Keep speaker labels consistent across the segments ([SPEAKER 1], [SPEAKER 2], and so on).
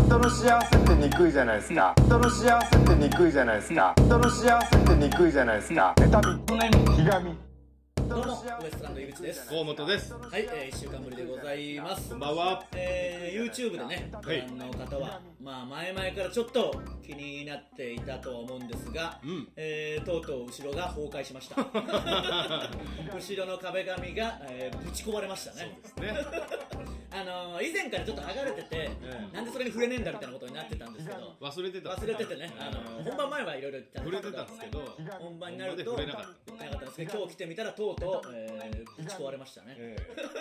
[SPEAKER 1] 人の幸せってにくいじゃないですか人の幸せってにくいじゃないですか人の幸せってにくいじゃないですか妬みひがみ
[SPEAKER 2] どうもウエストランド井口です
[SPEAKER 3] 河本です。
[SPEAKER 2] はい、えー、1週間ぶりでございます
[SPEAKER 3] こんばんは。
[SPEAKER 2] えー、YouTube でねご
[SPEAKER 3] はい
[SPEAKER 2] 覧の方は、まあ前々からちょっと気になっていたとは思うんですが、
[SPEAKER 3] ん
[SPEAKER 2] えーとうとう後ろが崩壊しま した後ろの壁紙が、えーぶち壊れましたね
[SPEAKER 3] ね、
[SPEAKER 2] あのー以前からちょっと剥がれてて、
[SPEAKER 3] ええ
[SPEAKER 2] なんでそれに触れねえんだみたいなことになってたんですけど
[SPEAKER 3] 忘れてた。
[SPEAKER 2] 忘れててね、あのー本番前はいろいろ言ってた
[SPEAKER 3] 触れてたんですけど、
[SPEAKER 2] 本番になると
[SPEAKER 3] 本番で触れなか
[SPEAKER 2] 触れなかったんですけど今日来てみたらとうとう、えーぶち壊れましたね、
[SPEAKER 3] え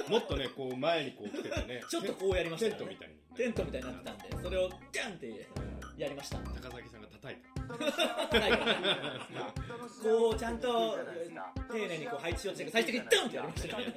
[SPEAKER 3] えもっとね、こう前にこう来ててね、
[SPEAKER 2] ちょっとこうやりました
[SPEAKER 3] テ
[SPEAKER 2] よ
[SPEAKER 3] ントみ
[SPEAKER 2] ね
[SPEAKER 3] たいに、
[SPEAKER 2] テントみたいになってたんでそれをギャンってやりま した
[SPEAKER 3] 高崎さんが叩
[SPEAKER 2] は
[SPEAKER 3] いた。
[SPEAKER 2] いこうちゃんと丁寧にこう配置をして最終的にドンってやりましたね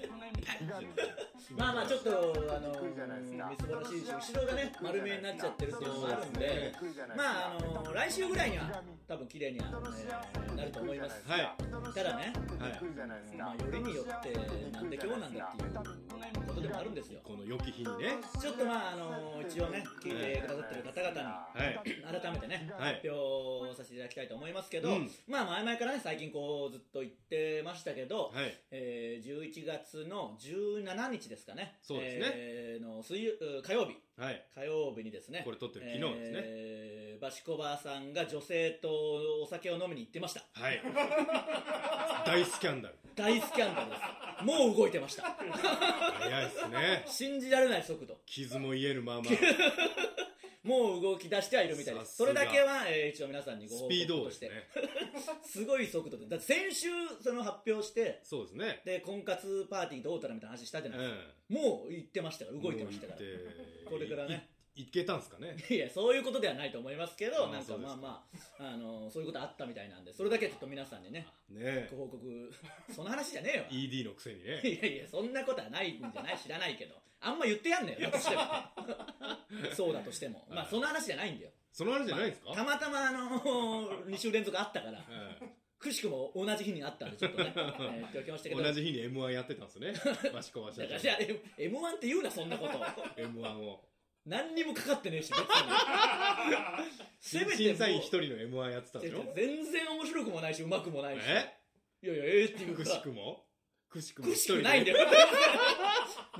[SPEAKER 2] まあまあちょっとあのみすぼらしいし後ろがね丸見えになっちゃってるっていうのもあるんでまああの来週ぐらいには多分綺麗には、えーなると思います
[SPEAKER 3] はい。
[SPEAKER 2] ただね、
[SPEAKER 1] 憎いじゃないですか
[SPEAKER 2] まあ、よりによってなんで今日なんだっていうことでもあるんですよ
[SPEAKER 3] この良き日にね、
[SPEAKER 2] ちょっとまああの一応ね聞いてくださってる方々に
[SPEAKER 3] はい。
[SPEAKER 2] 改めてね、
[SPEAKER 3] はい
[SPEAKER 2] 発表させていただきたいと思いますけど、
[SPEAKER 3] うん
[SPEAKER 2] まあ前々からね最近こうずっと言ってましたけど、
[SPEAKER 3] はい。
[SPEAKER 2] えー11月の17日ですかね
[SPEAKER 3] そうですね
[SPEAKER 2] えーの水曜う火曜日
[SPEAKER 3] はい。
[SPEAKER 2] 火曜日にですね
[SPEAKER 3] これ撮ってる昨日ですね
[SPEAKER 2] えーバシコバさんが女性とお酒を飲みに行ってました
[SPEAKER 3] はい。大スキャンダル。
[SPEAKER 2] 大スキャンダルです もう動いてました
[SPEAKER 3] 早いっすね。
[SPEAKER 2] 信じられない速度
[SPEAKER 3] 傷も癒え るまま、
[SPEAKER 2] もう動き出してはいるみたいです
[SPEAKER 3] さ
[SPEAKER 2] そ
[SPEAKER 3] す
[SPEAKER 2] れ
[SPEAKER 3] が
[SPEAKER 2] だけは、えー一応皆さんにご
[SPEAKER 3] ス
[SPEAKER 2] 報
[SPEAKER 3] ピード
[SPEAKER 2] 告と
[SPEAKER 3] を
[SPEAKER 2] し
[SPEAKER 3] です
[SPEAKER 2] て
[SPEAKER 3] ね。
[SPEAKER 2] すごい速度でだって先週その発表して
[SPEAKER 3] そうですね。
[SPEAKER 2] で婚活パーティーどうたらみたいな話したじゃ
[SPEAKER 3] う
[SPEAKER 2] ないですか、
[SPEAKER 3] ん。
[SPEAKER 2] もう行ってましたから動いてましたから
[SPEAKER 3] もう行って
[SPEAKER 2] これからね。
[SPEAKER 3] いいけたんすか ね。
[SPEAKER 2] いやそういうことではないと思いますけど
[SPEAKER 3] あ
[SPEAKER 2] なんか
[SPEAKER 3] そう
[SPEAKER 2] ま
[SPEAKER 3] です
[SPEAKER 2] あ
[SPEAKER 3] か
[SPEAKER 2] まああのそういうことあったみたいなんでそれだけはちょっと皆さんにね
[SPEAKER 3] ね
[SPEAKER 2] ご報告その話じゃねえ
[SPEAKER 3] ED のくせにね。
[SPEAKER 2] よいやいやそんなことはないんじゃない知らないけどあんま言ってやんねよ私で もそうだとしてもまあ
[SPEAKER 3] はい
[SPEAKER 2] その話じゃないんだよ
[SPEAKER 3] そのあれじゃないですか
[SPEAKER 2] たまたまあの2 週連続あったから
[SPEAKER 3] う
[SPEAKER 2] くしくも同じ日にあったんでちょっ とね、えー言っておきましたけど
[SPEAKER 3] ん同じ日に M1 やってた んですね。マシコバ社
[SPEAKER 2] だから
[SPEAKER 3] 長
[SPEAKER 2] い。や M- M1 って言うなそんな こと
[SPEAKER 3] M1 を。
[SPEAKER 2] 何にもかかってねえし 別にせめて
[SPEAKER 3] 審
[SPEAKER 2] も
[SPEAKER 3] 査員一
[SPEAKER 2] う
[SPEAKER 3] 人の M1 やってたんでしょ
[SPEAKER 2] 全然面白くもないしうまくもないし
[SPEAKER 3] え
[SPEAKER 2] いやいやええっていう
[SPEAKER 3] く
[SPEAKER 2] か
[SPEAKER 3] しくもくしくも
[SPEAKER 2] く
[SPEAKER 3] 一
[SPEAKER 2] し
[SPEAKER 3] 人
[SPEAKER 2] く
[SPEAKER 3] で
[SPEAKER 2] ないんだよ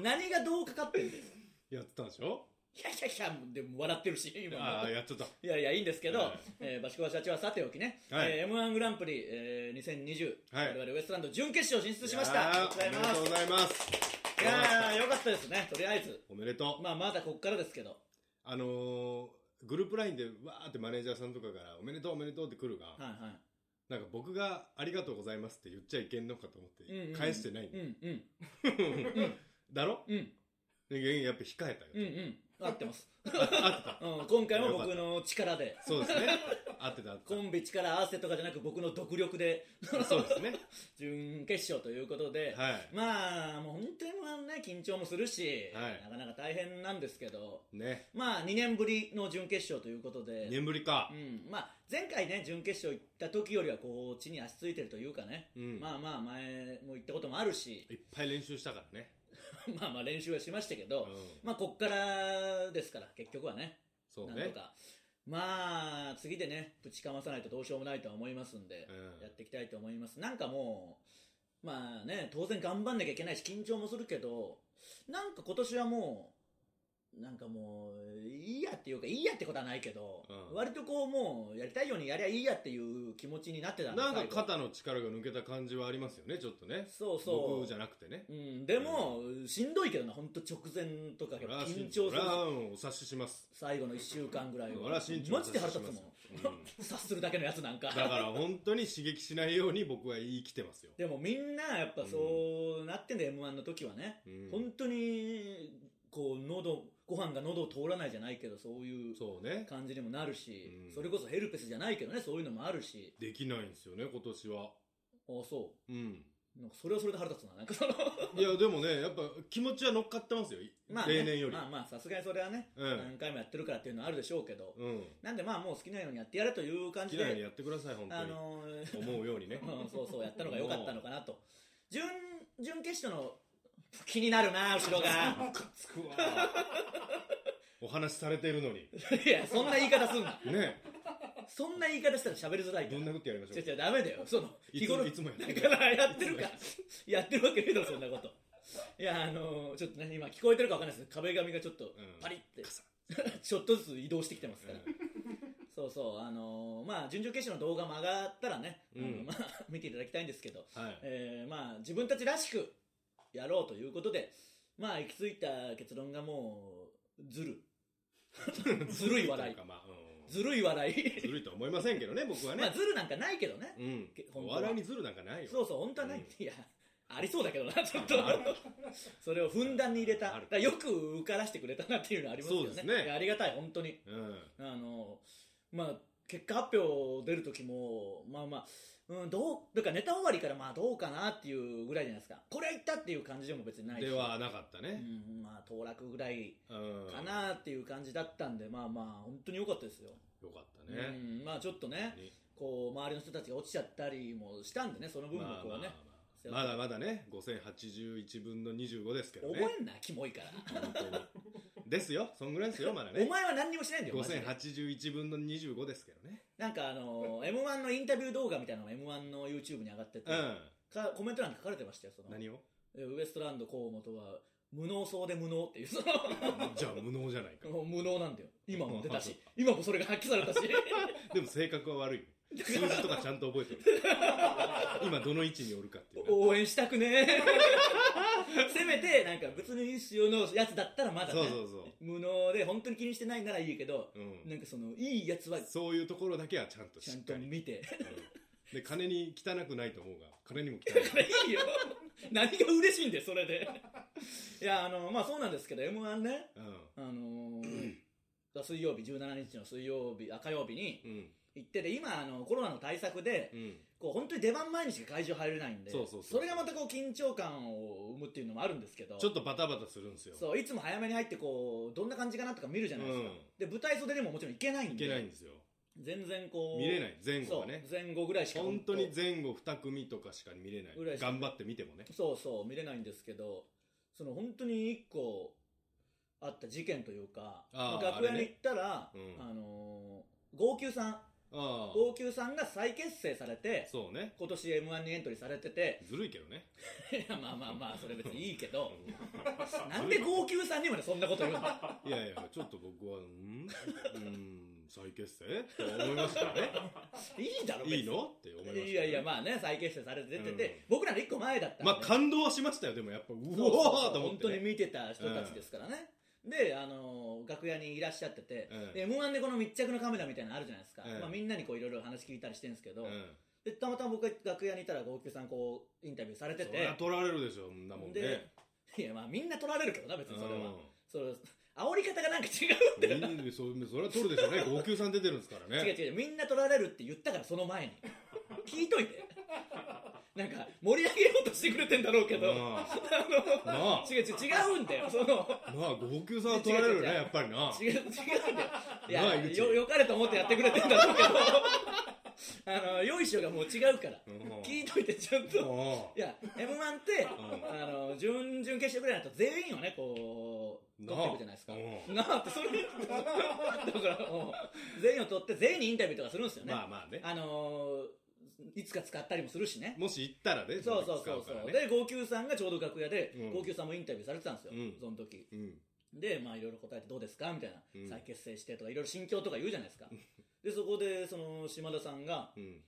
[SPEAKER 2] 何がどうかかってんだよ
[SPEAKER 3] やってたんでしょ
[SPEAKER 2] いやいやいやでも笑ってるし今も
[SPEAKER 3] ああやっちゃった
[SPEAKER 2] いやいやいいんですけど、
[SPEAKER 3] はい
[SPEAKER 2] えーバシコバ社長はさておきね、
[SPEAKER 3] はい
[SPEAKER 2] えー M1 グランプリ、えー2020、
[SPEAKER 3] はい
[SPEAKER 2] 我々ウエストランド準決勝進出しまし
[SPEAKER 3] い
[SPEAKER 2] た
[SPEAKER 3] や
[SPEAKER 2] ありが
[SPEAKER 3] ー
[SPEAKER 2] とうございます
[SPEAKER 3] おめでとうございます
[SPEAKER 2] いやーよかったですねとりあえず
[SPEAKER 3] おめでとう
[SPEAKER 2] まあまだこっからですけど
[SPEAKER 3] あのーグループラインでわーってマネージャーさんとかから「おめでとうおめでとう」って来るが
[SPEAKER 2] はいはい
[SPEAKER 3] なんか僕が「ありがとうございます」って言っちゃいけんのかと思っ
[SPEAKER 2] うんうんう
[SPEAKER 3] て
[SPEAKER 2] ん
[SPEAKER 3] 返してないん
[SPEAKER 2] う
[SPEAKER 3] だよ
[SPEAKER 2] んうん
[SPEAKER 3] だろ
[SPEAKER 2] うん
[SPEAKER 3] でやっぱ控えた
[SPEAKER 2] うんう
[SPEAKER 3] よ
[SPEAKER 2] ん合ってます、
[SPEAKER 3] あ
[SPEAKER 2] うん、今回も僕の力で
[SPEAKER 3] ってたそう ですね合ってた合って
[SPEAKER 2] コンビ力合わせとかじゃなく僕の独力で
[SPEAKER 3] たそうですね
[SPEAKER 2] 準決勝ということで、
[SPEAKER 3] はい
[SPEAKER 2] まあもう本当にまあね緊張もするし、
[SPEAKER 3] はい
[SPEAKER 2] なかなか大変なんですけど
[SPEAKER 3] ね
[SPEAKER 2] まあ2年ぶりの準決勝ということで、
[SPEAKER 3] 2年ぶりか
[SPEAKER 2] うんまあ、前回ね準決勝行った時よりはこう地に足ついてるというかね、
[SPEAKER 3] うん
[SPEAKER 2] まあまあ前も行ったこともあるし
[SPEAKER 3] いっぱい練習したからね
[SPEAKER 2] まあまあ練習はしましたけど、
[SPEAKER 3] うん
[SPEAKER 2] まあこっからですから結局はね
[SPEAKER 3] そう
[SPEAKER 2] なん
[SPEAKER 3] ね
[SPEAKER 2] とかまあ次でねぶちかまさないとどうしようもないとは思いますんで
[SPEAKER 3] う、ん
[SPEAKER 2] やっていきたいと思いますなんかもうまあね当然頑張んなきゃいけないし緊張もするけどなんか今年はもうなんかもういいやっていうかいいやってことはないけど、
[SPEAKER 3] うん
[SPEAKER 2] 割とこうもうやりたいようにやりゃいいやっていう気持ちになってたで
[SPEAKER 3] なんか
[SPEAKER 2] 最後
[SPEAKER 3] 肩の力が抜けた感じはありますよねちょっとね
[SPEAKER 2] そうそう
[SPEAKER 3] 僕じゃなくてね
[SPEAKER 2] うん、でも、しんどいけどな本当直前とか
[SPEAKER 3] そら
[SPEAKER 2] 緊張す
[SPEAKER 3] そ
[SPEAKER 2] る
[SPEAKER 3] ら
[SPEAKER 2] し
[SPEAKER 3] お察しします
[SPEAKER 2] 最後の1週間ぐらい
[SPEAKER 3] そら慎重
[SPEAKER 2] マジで腹立つもん、
[SPEAKER 3] うん
[SPEAKER 2] 察するだけのやつなんか
[SPEAKER 3] だから本当に刺激しないように僕は生きてますよ、
[SPEAKER 2] でもみんなやっぱそうなってんだよ、m 1の時はね、
[SPEAKER 3] うん
[SPEAKER 2] 本当にこう喉ご飯が喉を通らないじゃないけどそういう
[SPEAKER 3] そうね
[SPEAKER 2] 感じにもなるし、
[SPEAKER 3] うん
[SPEAKER 2] それこそヘルペスじゃないけどねそういうのもあるし
[SPEAKER 3] できないんですよね今年は
[SPEAKER 2] あそ
[SPEAKER 3] うん
[SPEAKER 2] うなんかそれはそれで腹立つななんかその
[SPEAKER 3] いやでもねやっぱ気持ちは乗っかってますよ、
[SPEAKER 2] まあ、ね、
[SPEAKER 3] 例年より、
[SPEAKER 2] まあまあさすがにそれはね、
[SPEAKER 3] うん
[SPEAKER 2] 何回もやってるからっていうのはあるでしょうけど、
[SPEAKER 3] うん
[SPEAKER 2] なんでまあもう好きなようにやってやれという感
[SPEAKER 3] 好
[SPEAKER 2] じ
[SPEAKER 3] きなように
[SPEAKER 2] で
[SPEAKER 3] やってください本当に、
[SPEAKER 2] あのー
[SPEAKER 3] 思うようにね
[SPEAKER 2] うん、そうそうやったのが良かったのかなと準 準決勝の気になるな後ろが
[SPEAKER 3] つくわおお話しされてるのに。
[SPEAKER 2] いや、そんな言い方すんな。
[SPEAKER 3] ね
[SPEAKER 2] そんな言い方したら喋りづらい
[SPEAKER 3] え
[SPEAKER 2] か
[SPEAKER 3] ど
[SPEAKER 2] ら
[SPEAKER 3] ん。なことやりまし
[SPEAKER 2] じ
[SPEAKER 3] ょ
[SPEAKER 2] ゃじゃ
[SPEAKER 3] う。
[SPEAKER 2] ダメだよ。その、
[SPEAKER 3] いつ
[SPEAKER 2] 日頃、
[SPEAKER 3] いつもやってる
[SPEAKER 2] だからやってるか。やってるわけねえだろ、そんなこと。いや、あのーちょっとね、今聞こえてるかわかんないです壁紙がちょっと
[SPEAKER 3] ん
[SPEAKER 2] パリって、 ちょっとずつ移動してきてますから。そうそう、あのーまあ、準々決勝の動画も上がったらね、あの
[SPEAKER 3] うん
[SPEAKER 2] まあ、見ていただきたいんですけど、
[SPEAKER 3] はい。
[SPEAKER 2] えーまあ、自分たちらしくやろうということで、まあ、行き着いた結論がもう、ずる。ずるい笑い
[SPEAKER 3] とうかまあうん
[SPEAKER 2] ずるい笑い。
[SPEAKER 3] ずるいとは思いませんけどね、僕は
[SPEAKER 2] まあ、
[SPEAKER 3] ね。
[SPEAKER 2] ずるなんかないけどね。
[SPEAKER 3] うん
[SPEAKER 2] け。本
[SPEAKER 3] お
[SPEAKER 2] 当は
[SPEAKER 3] 笑いにずるなんかないよ。
[SPEAKER 2] そうそう、本当はない。いや、ありそうだけどな、ちょっと
[SPEAKER 3] ある。
[SPEAKER 2] それをふんだんに入れた。だ
[SPEAKER 3] ある
[SPEAKER 2] からよく受からしてくれたなっていうのはありますよね。
[SPEAKER 3] そうですね
[SPEAKER 2] いやありがたい、本当に。
[SPEAKER 3] うん。
[SPEAKER 2] あの、まあ、結果発表出る時も、まあまあ、うん、どう、だからネタ終わりからまあどうかなっていうぐらいじゃないですか。これはいったっていう感じでも別にないし。
[SPEAKER 3] ではなかった
[SPEAKER 2] う
[SPEAKER 3] ね。
[SPEAKER 2] ん、まあ、当落ぐらい
[SPEAKER 3] うん。
[SPEAKER 2] かなっていう感じだったんで、まあまあ、本当に良かったですよ。
[SPEAKER 3] よかったね。
[SPEAKER 2] うん、まあちょっとね、
[SPEAKER 3] に
[SPEAKER 2] こう、周りの人たちが落ちちゃったりもしたんでね、その分も
[SPEAKER 3] まあ
[SPEAKER 2] こうね。
[SPEAKER 3] まあまあまだまだね、5081分の25ですけどね
[SPEAKER 2] 覚。えんな、キモいから。
[SPEAKER 3] 本当にですよ、そんぐらいですよ、まだ
[SPEAKER 2] お
[SPEAKER 3] ね。
[SPEAKER 2] 前は何にもしないんだよ、マジで
[SPEAKER 3] 5081分の25ですけどね。
[SPEAKER 2] なんかあの ー、M1 のインタビュー動画みたいなのが M1 の YouTube に上がってて、
[SPEAKER 3] う
[SPEAKER 2] かコメント欄に書かれてましたよ、その
[SPEAKER 3] ん。。何を
[SPEAKER 2] えウエストランド河本は、無能そうで無能っていう、そ
[SPEAKER 3] じゃあ無能じゃないか。
[SPEAKER 2] の、無能なんだよ。今も出た し、今もそれが発揮されたし。
[SPEAKER 3] でも性格は悪いよ。数字とかちゃんと覚えてる。 今どの位置におるかっていうね。
[SPEAKER 2] 応援したくねえ。 せめて、なんか別に一種のやつだったらまだね。
[SPEAKER 3] そうそうそ
[SPEAKER 2] 無能で、本当に気にしてないならいいけど、
[SPEAKER 3] う。うん。
[SPEAKER 2] なんかその、いいやつは、
[SPEAKER 3] そういうところだけはちゃんと
[SPEAKER 2] ちゃ
[SPEAKER 3] し
[SPEAKER 2] ん
[SPEAKER 3] っ
[SPEAKER 2] と
[SPEAKER 3] かり。
[SPEAKER 2] 見て。
[SPEAKER 3] うんで、金に汚くないと思うが、金にも汚 い。
[SPEAKER 2] いいよ何が嬉しいんだよそれでいやあのまあそうなんですけど m 1ね
[SPEAKER 3] う
[SPEAKER 2] あのー水曜日17日の水曜日あ火曜日に
[SPEAKER 3] ん。うん。
[SPEAKER 2] 行ってで今あのコロナの対策で
[SPEAKER 3] うん。
[SPEAKER 2] こう本当に出番前にしか会場入れないんで
[SPEAKER 3] そうそうそう
[SPEAKER 2] れがまたこう緊張感を生むっていうのもあるんですけど
[SPEAKER 3] ちょっとバタバタするんですよ。
[SPEAKER 2] そういつも早めに入ってこうどんな感じかなとか見るじゃないですか、
[SPEAKER 3] うん
[SPEAKER 2] で舞台袖でももちろん行けないん
[SPEAKER 3] い
[SPEAKER 2] で
[SPEAKER 3] けないんですよ。
[SPEAKER 2] 全然こう
[SPEAKER 3] 見れない、前後がね
[SPEAKER 2] そ。う前後ぐらいしか
[SPEAKER 3] 本当に前後2組とかしか見れな
[SPEAKER 2] ぐらい
[SPEAKER 3] い。
[SPEAKER 2] しか
[SPEAKER 3] 頑張って見てもね。
[SPEAKER 2] そうそう、見れないんですけど、その本当に一個あった事件というか、
[SPEAKER 3] あ
[SPEAKER 2] ま
[SPEAKER 3] ー
[SPEAKER 2] あ楽屋
[SPEAKER 3] あ
[SPEAKER 2] に
[SPEAKER 3] れ
[SPEAKER 2] 行
[SPEAKER 3] ね
[SPEAKER 2] ったら、あ
[SPEAKER 3] うん
[SPEAKER 2] のー号泣さん、
[SPEAKER 3] あ
[SPEAKER 2] 号泣さんが再結成され
[SPEAKER 3] あ。
[SPEAKER 2] て、
[SPEAKER 3] そうね。
[SPEAKER 2] 今年 M1 にエントリーされてて、
[SPEAKER 3] ずるいけどね。
[SPEAKER 2] いやまあまあまあ、それ別にいいけ ど、
[SPEAKER 3] う
[SPEAKER 2] なんで号泣さんにまでそんなこと言うんだ
[SPEAKER 3] んいやいや、ちょっと僕は、うんうん、再結成って思いましたよね。
[SPEAKER 2] いいだろ、別に
[SPEAKER 3] いいのって思いました、ね。
[SPEAKER 2] いやいや、まあね、再結成されてて、
[SPEAKER 3] うん
[SPEAKER 2] 僕らの一個前だったんで
[SPEAKER 3] まあ感動はしましたよ、でもやっぱ、うおー
[SPEAKER 2] そうそうそう
[SPEAKER 3] と思っ
[SPEAKER 2] 本
[SPEAKER 3] て、
[SPEAKER 2] 当
[SPEAKER 3] ね。
[SPEAKER 2] に見てた人たちですからね、であの楽屋にいらっしゃってて、
[SPEAKER 3] うん
[SPEAKER 2] で m 1でこの密着のカメラみたいなのあるじゃないですか、
[SPEAKER 3] うん
[SPEAKER 2] まあ、みんなにこういろいろ話聞いたりしてるんですけど、
[SPEAKER 3] うん。
[SPEAKER 2] でたまたま僕が楽屋にいたら号泣さんこうインタビューされて
[SPEAKER 3] そりゃ
[SPEAKER 2] て
[SPEAKER 3] 取られるでしょ、そんなもんね。
[SPEAKER 2] いやまあみんな取られるけどな別にそれは、
[SPEAKER 3] う
[SPEAKER 2] その煽り方がなんか違うんだよ
[SPEAKER 3] ん。みんなそそれは取るでしょうね。号泣さん出てるんですから
[SPEAKER 2] 違う
[SPEAKER 3] ね。
[SPEAKER 2] 違うみんな取られるって言ったからその前に聞いといてなんか盛り上げようとしてくれてんだろうけど、
[SPEAKER 3] うん
[SPEAKER 2] あ
[SPEAKER 3] ま
[SPEAKER 2] の
[SPEAKER 3] あ、
[SPEAKER 2] 違う違う違うんだよその
[SPEAKER 3] まあ、号泣さんは取られるね、やっぱり な。
[SPEAKER 2] 違う違うんだよい
[SPEAKER 3] なあ
[SPEAKER 2] や
[SPEAKER 3] 井口
[SPEAKER 2] よよかれと思ってやってくれてんだろう けどあのよいしょがもう違うから
[SPEAKER 3] うん
[SPEAKER 2] 聞いといてちゃん
[SPEAKER 3] う
[SPEAKER 2] と
[SPEAKER 3] ん
[SPEAKER 2] いや m 1って
[SPEAKER 3] う
[SPEAKER 2] あの準々決勝ぐらいだと全員をねこう取っていくじゃないですか
[SPEAKER 3] う
[SPEAKER 2] なあってそれ だからもう全員を取って全員にインタビューとかするんですよね
[SPEAKER 3] まあまあね。
[SPEAKER 2] あのいつか使ったりもするしね
[SPEAKER 3] もし行ったらね、
[SPEAKER 2] そうそうそう
[SPEAKER 3] 使から
[SPEAKER 2] そう
[SPEAKER 3] ね。
[SPEAKER 2] で号泣さんがちょうど楽屋で
[SPEAKER 3] うん
[SPEAKER 2] 号泣さんもインタビューされてたんですよ
[SPEAKER 3] うん
[SPEAKER 2] その時
[SPEAKER 3] うん。
[SPEAKER 2] で、まあ、いろいろ答えてどうですかみたいな、
[SPEAKER 3] うん
[SPEAKER 2] 再結成してとかいろいろ心境とか言うじゃないですかでそこでその島田さんが
[SPEAKER 3] うん。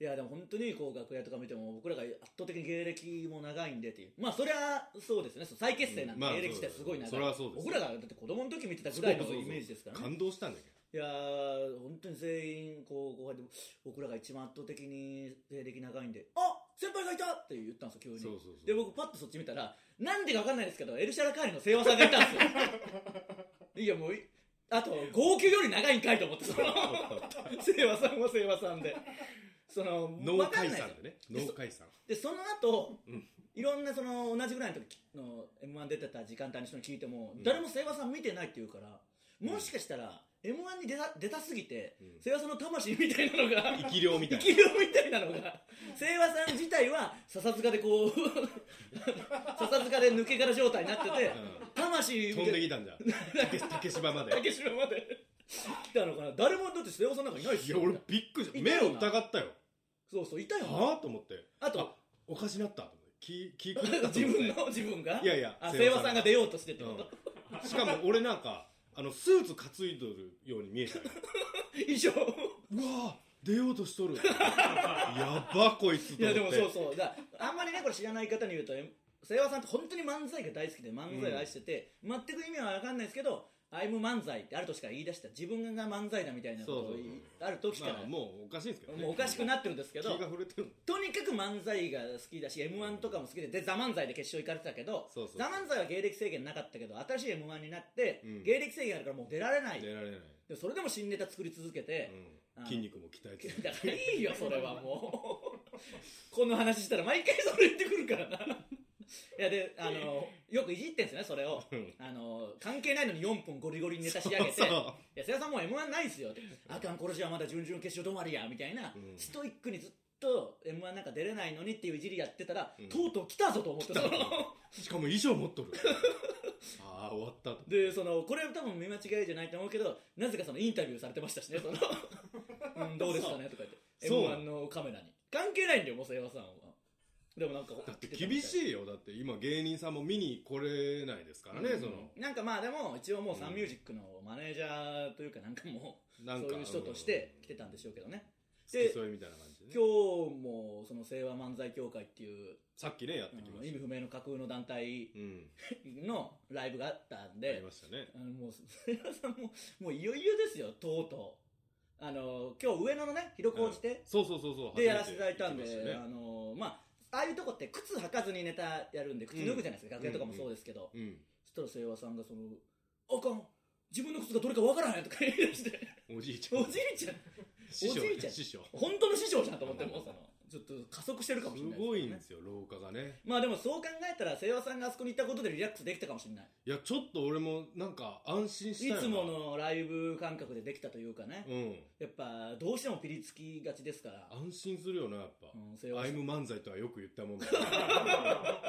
[SPEAKER 2] いやでも本当にこう楽屋とか見ても僕らが圧倒的に芸歴も長いんでっていうまあそりゃそうですよねその再結成なん
[SPEAKER 3] うん
[SPEAKER 2] で
[SPEAKER 3] まあ
[SPEAKER 2] 芸歴自体すごい長い、
[SPEAKER 3] そうそうそれはそうです
[SPEAKER 2] 僕らがだって子供の時見てたぐらいの
[SPEAKER 3] そうそうそ
[SPEAKER 2] イ
[SPEAKER 3] う
[SPEAKER 2] メージですからね
[SPEAKER 3] 感動したんだけど。
[SPEAKER 2] いやー本当に全員こうこうやって僕らが一番圧倒的に芸歴長いんであ先輩がいたって言ったんですよ急に
[SPEAKER 3] そうそうそう
[SPEAKER 2] で僕パッとそっち見たらなんでか分かんないですけどエルシャラカーリの清和さんがいたん ですよいやもういあと号泣より長いんかいと思ってその清和さんは清和さんでその
[SPEAKER 3] 脳
[SPEAKER 2] 分か
[SPEAKER 3] 解
[SPEAKER 2] んないです
[SPEAKER 3] 散
[SPEAKER 2] よ
[SPEAKER 3] でね。脳解散。
[SPEAKER 2] でその後、
[SPEAKER 3] うん
[SPEAKER 2] いろんなその同じぐらいの時の m 1出てた時間帯の人に聞いても、誰も清和さん見てないって言うからもしかしたら m 1に出た出たすぎて、
[SPEAKER 3] うん
[SPEAKER 2] せいわさんの魂みたいなのが
[SPEAKER 3] 生き量みたい
[SPEAKER 2] 生き量みたいなのがせいわさん自体は笹塚でこう 笹塚で抜け殻状態になってて
[SPEAKER 3] な、うん
[SPEAKER 2] 魂
[SPEAKER 3] 飛んできたんだ竹竹芝ま で
[SPEAKER 2] 竹島まで来たのかな誰もだって瀬尾さんなんかいないっ
[SPEAKER 3] い
[SPEAKER 2] す
[SPEAKER 3] や
[SPEAKER 2] よ
[SPEAKER 3] 俺びっくりした目を疑ったよ
[SPEAKER 2] そうそういたよな
[SPEAKER 3] はあと思って
[SPEAKER 2] あと
[SPEAKER 3] あおかしなったと思って気気狂ったと思って
[SPEAKER 2] 自分の自分が
[SPEAKER 3] いやいや
[SPEAKER 2] あ
[SPEAKER 3] 瀬
[SPEAKER 2] 瀬尾
[SPEAKER 3] 尾さんが
[SPEAKER 2] さんが出ようとしてってこと、
[SPEAKER 3] うんしかも俺なんかあのスーツ担いどるように見え たよ
[SPEAKER 2] 以上
[SPEAKER 3] うわー出ようとしとる やばこいつ
[SPEAKER 2] い
[SPEAKER 3] と
[SPEAKER 2] や
[SPEAKER 3] 思って
[SPEAKER 2] でもそうそうだからあんまりねこれ知らない方に言うとえ瀬尾さんって本当に漫才が大好きで漫才を愛してて、全く意味は分かんないですけど「アイム漫才」ってある時から言い出した自分が漫才だみたいなことを
[SPEAKER 3] そうそうそう
[SPEAKER 2] ある時から、
[SPEAKER 3] まあ
[SPEAKER 2] も
[SPEAKER 3] もうおかしいんですけど、
[SPEAKER 2] うおかしくなってるんですけ
[SPEAKER 3] 気
[SPEAKER 2] ど
[SPEAKER 3] が触れてる
[SPEAKER 2] とにかく漫才が好きだし m 1とかも好きでで「ザ漫才で決勝行かれてたけど「
[SPEAKER 3] そうそうそう
[SPEAKER 2] ザ漫才は芸歴制限なかったけど新しい m 1になって、
[SPEAKER 3] うん
[SPEAKER 2] 芸歴制限あるからもう出られない
[SPEAKER 3] 出られない、
[SPEAKER 2] でそれでも新ネタ作り続けて、あ
[SPEAKER 3] うん、
[SPEAKER 2] の
[SPEAKER 3] 筋肉も鍛 えて
[SPEAKER 2] だからいいよそれはもうこの話したら毎回それ言ってくるからないやであのよくいじってんすよねそれを
[SPEAKER 3] うん
[SPEAKER 2] あの関係ないのに4分ゴリゴリにネタ仕上げて「
[SPEAKER 3] そ
[SPEAKER 2] い
[SPEAKER 3] う
[SPEAKER 2] や瀬谷さんもう m 1ないっすよ」って「あかんこれじゃまだ準々決勝止まりや」みたいな、
[SPEAKER 3] うん
[SPEAKER 2] ストイックにずっと m 1なんか出れないのにっていういじりやってたら、
[SPEAKER 3] うん
[SPEAKER 2] とうとう来たぞと思ってその
[SPEAKER 3] しかも衣装持っとるああ終わったと
[SPEAKER 2] でそのこれ多分見間違いじゃないと思うけどなぜかそのインタビューされてましたし ねその、うん、どうですかねとか言って
[SPEAKER 3] そう
[SPEAKER 2] m 1のカメラに関係ないんだよもう瀬山さんはでもなんか
[SPEAKER 3] だって厳しいよだって今芸人さんも見に来れないですからね、その
[SPEAKER 2] なんかまあでも一応もうサンミュージックのマネージャーというかなんかもう
[SPEAKER 3] なんか
[SPEAKER 2] そういう人として来てたんでしょうけどね
[SPEAKER 3] うん
[SPEAKER 2] で
[SPEAKER 3] 付き添いみたいな感じで、ね、
[SPEAKER 2] 今日もその清和漫才協会っていう、
[SPEAKER 3] さっきねやってき
[SPEAKER 2] う
[SPEAKER 3] ま
[SPEAKER 2] ん
[SPEAKER 3] し
[SPEAKER 2] 意味
[SPEAKER 3] た
[SPEAKER 2] 不明の架空の団体
[SPEAKER 3] うん
[SPEAKER 2] のライブがあったん
[SPEAKER 3] あ
[SPEAKER 2] で
[SPEAKER 3] りましたね
[SPEAKER 2] あのもう、 瀬山さんも、もういよいよですよ、とうとう。あの、今日上野のね、広小路で、
[SPEAKER 3] そうそうそうそう
[SPEAKER 2] でやらせていただいたんで、
[SPEAKER 3] 初めて行きま
[SPEAKER 2] あ
[SPEAKER 3] し
[SPEAKER 2] の、まあ、ああいうとこって靴履かずにネタやるんで、靴脱ぐじゃないですか、
[SPEAKER 3] うん
[SPEAKER 2] 楽屋とかもそうですけど、
[SPEAKER 3] たね
[SPEAKER 2] そしたら清和さんがその、あかん、自分の靴がどれかわからへんとか言い出して、
[SPEAKER 3] うんおじいちゃん
[SPEAKER 2] おじいちゃん、
[SPEAKER 3] 師匠
[SPEAKER 2] おじいちゃん
[SPEAKER 3] 師匠
[SPEAKER 2] 本当の師匠じゃんと思って、もうその、ちょっと加速してるかもし
[SPEAKER 3] す
[SPEAKER 2] れない
[SPEAKER 3] ごいん
[SPEAKER 2] ね
[SPEAKER 3] で。すよ廊下がね
[SPEAKER 2] まあでもそう考えたら、清和さんがあそこに行ったことでリラックスできたかもしれない。
[SPEAKER 3] いやちょっと俺もなんか安心した
[SPEAKER 2] い
[SPEAKER 3] よな
[SPEAKER 2] つものライブ感覚でできたというかね。
[SPEAKER 3] うん
[SPEAKER 2] やっぱどうしてもピリつきがちですから、
[SPEAKER 3] 安心するよなやっぱ
[SPEAKER 2] うん、それは
[SPEAKER 3] アイ
[SPEAKER 2] 安
[SPEAKER 3] ム漫才とはよく言ったもんだ
[SPEAKER 2] 心を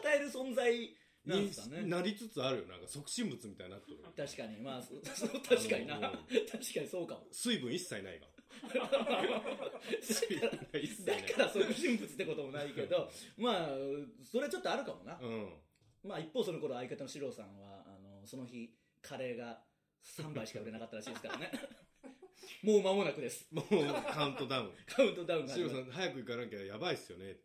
[SPEAKER 2] 与える存在なんですか
[SPEAKER 3] に
[SPEAKER 2] ね。
[SPEAKER 3] なりつつあるよなんか促進物みたいになってる
[SPEAKER 2] 確かに、まあ、そ そう確かにな。
[SPEAKER 3] あ
[SPEAKER 2] 確
[SPEAKER 3] の
[SPEAKER 2] かにそうかも。
[SPEAKER 3] 水分一切ないが水分が一切
[SPEAKER 2] だ
[SPEAKER 3] ない
[SPEAKER 2] からそういう人物ってこともないけど、まあ、それはちょっとあるかもな。
[SPEAKER 3] うん
[SPEAKER 2] まあ、一方その頃相方の四郎さんは、あの、その日、カレーが3杯しか売れなかったらしいですからね。もう間もなくです。
[SPEAKER 3] もうカウントダウ ン
[SPEAKER 2] カウントダウンが
[SPEAKER 3] シ
[SPEAKER 2] 始
[SPEAKER 3] ロ
[SPEAKER 2] ま
[SPEAKER 3] さ
[SPEAKER 2] る。
[SPEAKER 3] ん早く行かなきゃやばいっすよね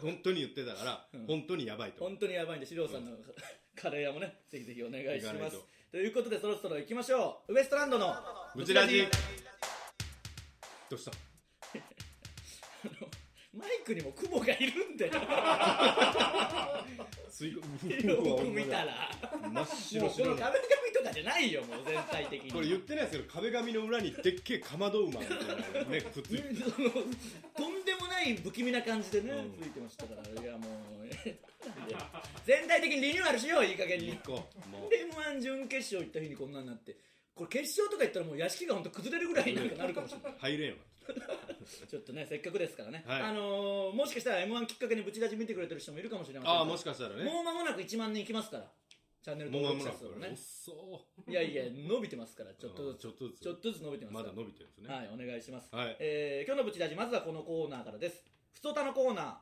[SPEAKER 3] 本当に言ってたから、
[SPEAKER 2] うん
[SPEAKER 3] 本当にやばいと
[SPEAKER 2] 本当にやばいんで、四郎さんのカレー屋もね、ぜひぜひお願いし
[SPEAKER 3] 行かな
[SPEAKER 2] ま
[SPEAKER 3] い
[SPEAKER 2] す
[SPEAKER 3] と。
[SPEAKER 2] ということで、そろそろ行きましょう。ウエストランドの、
[SPEAKER 3] ブチラジどうした
[SPEAKER 2] マイクにも雲がいるんだよ。
[SPEAKER 3] 水分
[SPEAKER 2] よく見たら。
[SPEAKER 3] 真っ白
[SPEAKER 2] もうこの
[SPEAKER 3] 白
[SPEAKER 2] 壁紙とかじゃないよ、もう全体的に。
[SPEAKER 3] これ言ってないですけど壁紙の裏にでっけえかまど馬みたいなのねくっついて
[SPEAKER 2] そのとんでもない不気味な感じでね、
[SPEAKER 3] うん
[SPEAKER 2] ついてましたから、いやもう、全体的にリニューアルしよう、いい加減に。
[SPEAKER 3] 行こうもう
[SPEAKER 2] で、M1 準決勝行った日にこんなんなって、これ決勝とか行ったらもう屋敷が本当崩れるぐらいになんかなるかもしれない。
[SPEAKER 3] 入れんよ
[SPEAKER 2] ちょっとね、せっかくですからね。
[SPEAKER 3] はい
[SPEAKER 2] あのーもしかしたら M1 きっかけにブチ立ち見てくれてる人もいるかもしれませんが
[SPEAKER 3] ああもしかしたらね
[SPEAKER 2] もう間もなく1万人いきますから。チャンネル
[SPEAKER 3] もう
[SPEAKER 2] 登
[SPEAKER 3] 間
[SPEAKER 2] 録
[SPEAKER 3] も
[SPEAKER 2] 者
[SPEAKER 3] な
[SPEAKER 2] 数
[SPEAKER 3] く
[SPEAKER 2] もね
[SPEAKER 3] ねおっ。そう
[SPEAKER 2] いやいや、伸びてますから、ちょっと
[SPEAKER 3] うん
[SPEAKER 2] ずつ
[SPEAKER 3] ち。ょっとずつ
[SPEAKER 2] ちょっとずつ伸びてます
[SPEAKER 3] ま
[SPEAKER 2] か
[SPEAKER 3] だ
[SPEAKER 2] ら
[SPEAKER 3] 伸びてるんですね
[SPEAKER 2] はい、お願いします。
[SPEAKER 3] はい
[SPEAKER 2] えー今日のブチラジ、まずはこのコーナーからです。ふつおたのコーナー、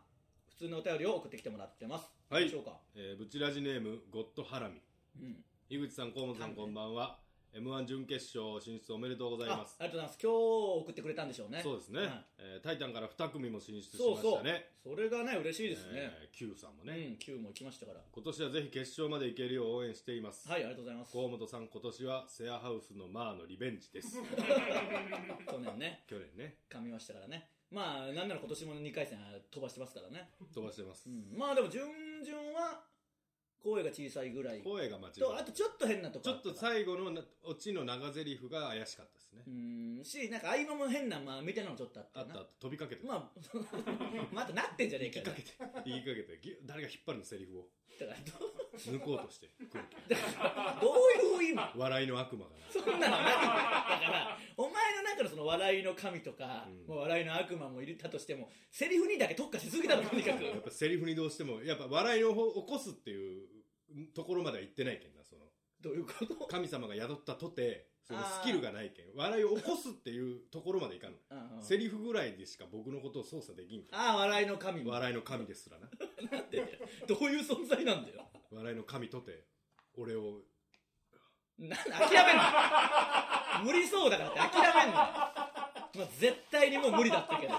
[SPEAKER 2] 普通のお便りを送ってきてもらってます。
[SPEAKER 3] は
[SPEAKER 2] ど
[SPEAKER 3] い
[SPEAKER 2] うでしょうか。
[SPEAKER 3] えーブチラジネームゴッドハラミ
[SPEAKER 2] うん。
[SPEAKER 3] 井口さん河本さんこんばんは m 1準決勝進出おめでとうござい
[SPEAKER 2] あありが
[SPEAKER 3] ます
[SPEAKER 2] とうございます。今日送ってくれたんでしょうね。
[SPEAKER 3] そうですね、
[SPEAKER 2] はい
[SPEAKER 3] えータイタンから2組も進出し
[SPEAKER 2] そう
[SPEAKER 3] まし
[SPEAKER 2] そ
[SPEAKER 3] た
[SPEAKER 2] う
[SPEAKER 3] ね。
[SPEAKER 2] それがね、嬉しいですね。
[SPEAKER 3] えー Q さんも
[SPEAKER 2] う
[SPEAKER 3] ね、
[SPEAKER 2] ん、Q も行きましたから。
[SPEAKER 3] 今年はぜひ決勝まで行けるよう応援しています、
[SPEAKER 2] はい、ありがとうございます。
[SPEAKER 3] 河本さん今年はセアハウスのマーのリベンジです
[SPEAKER 2] 去年ね、
[SPEAKER 3] 去年ね
[SPEAKER 2] 噛みましたからね。まあ、なんなら今年も2回戦飛ばしてますからね。
[SPEAKER 3] 飛ばしてます、
[SPEAKER 2] うん、まあでも、準々は、声が小さいぐらい
[SPEAKER 3] 声が間違え
[SPEAKER 2] とあとちょっと変なとこ
[SPEAKER 3] ち
[SPEAKER 2] あ
[SPEAKER 3] ょ
[SPEAKER 2] た
[SPEAKER 3] っと最後のなオチの長ゼリフが怪しかったですね
[SPEAKER 2] う。ーんしなんか合間も変な間みたいなのちょっとあった
[SPEAKER 3] あ
[SPEAKER 2] よ
[SPEAKER 3] っ
[SPEAKER 2] な
[SPEAKER 3] たあった飛びかけて。
[SPEAKER 2] まあ またなってんじゃねえか
[SPEAKER 3] 引っ
[SPEAKER 2] よ
[SPEAKER 3] 掛けて。言いかけて。ぎ誰が引っ張るのセリフを
[SPEAKER 2] だからど
[SPEAKER 3] 抜こうとしてくる。
[SPEAKER 2] どういう意味
[SPEAKER 3] 笑いの悪魔がな。
[SPEAKER 2] そんなのないだからお前の中のその笑いの神とか、
[SPEAKER 3] うん
[SPEAKER 2] まあ笑いの悪魔もいたとしてもセリフにだけ特化しすぎだろとにか く
[SPEAKER 3] やっぱセリフにどうしても、やっぱ笑いを起こすっていうところまでは行ってないけんな、その。
[SPEAKER 2] どういうこと
[SPEAKER 3] 神様が宿ったとて、その
[SPEAKER 2] あー
[SPEAKER 3] スキルがないけん。笑いを起こすっていうところまでいかんの。
[SPEAKER 2] うんうん
[SPEAKER 3] セリフぐらいでしか僕のことを操作できんけん
[SPEAKER 2] ああ笑いの神も
[SPEAKER 3] 笑いの神ですらな。
[SPEAKER 2] ってどういう存在なんだよ
[SPEAKER 3] 笑いの神とて、俺を、
[SPEAKER 2] なん諦めんの無理そうだからって諦めんの、まあ、絶対にもう無理だったけど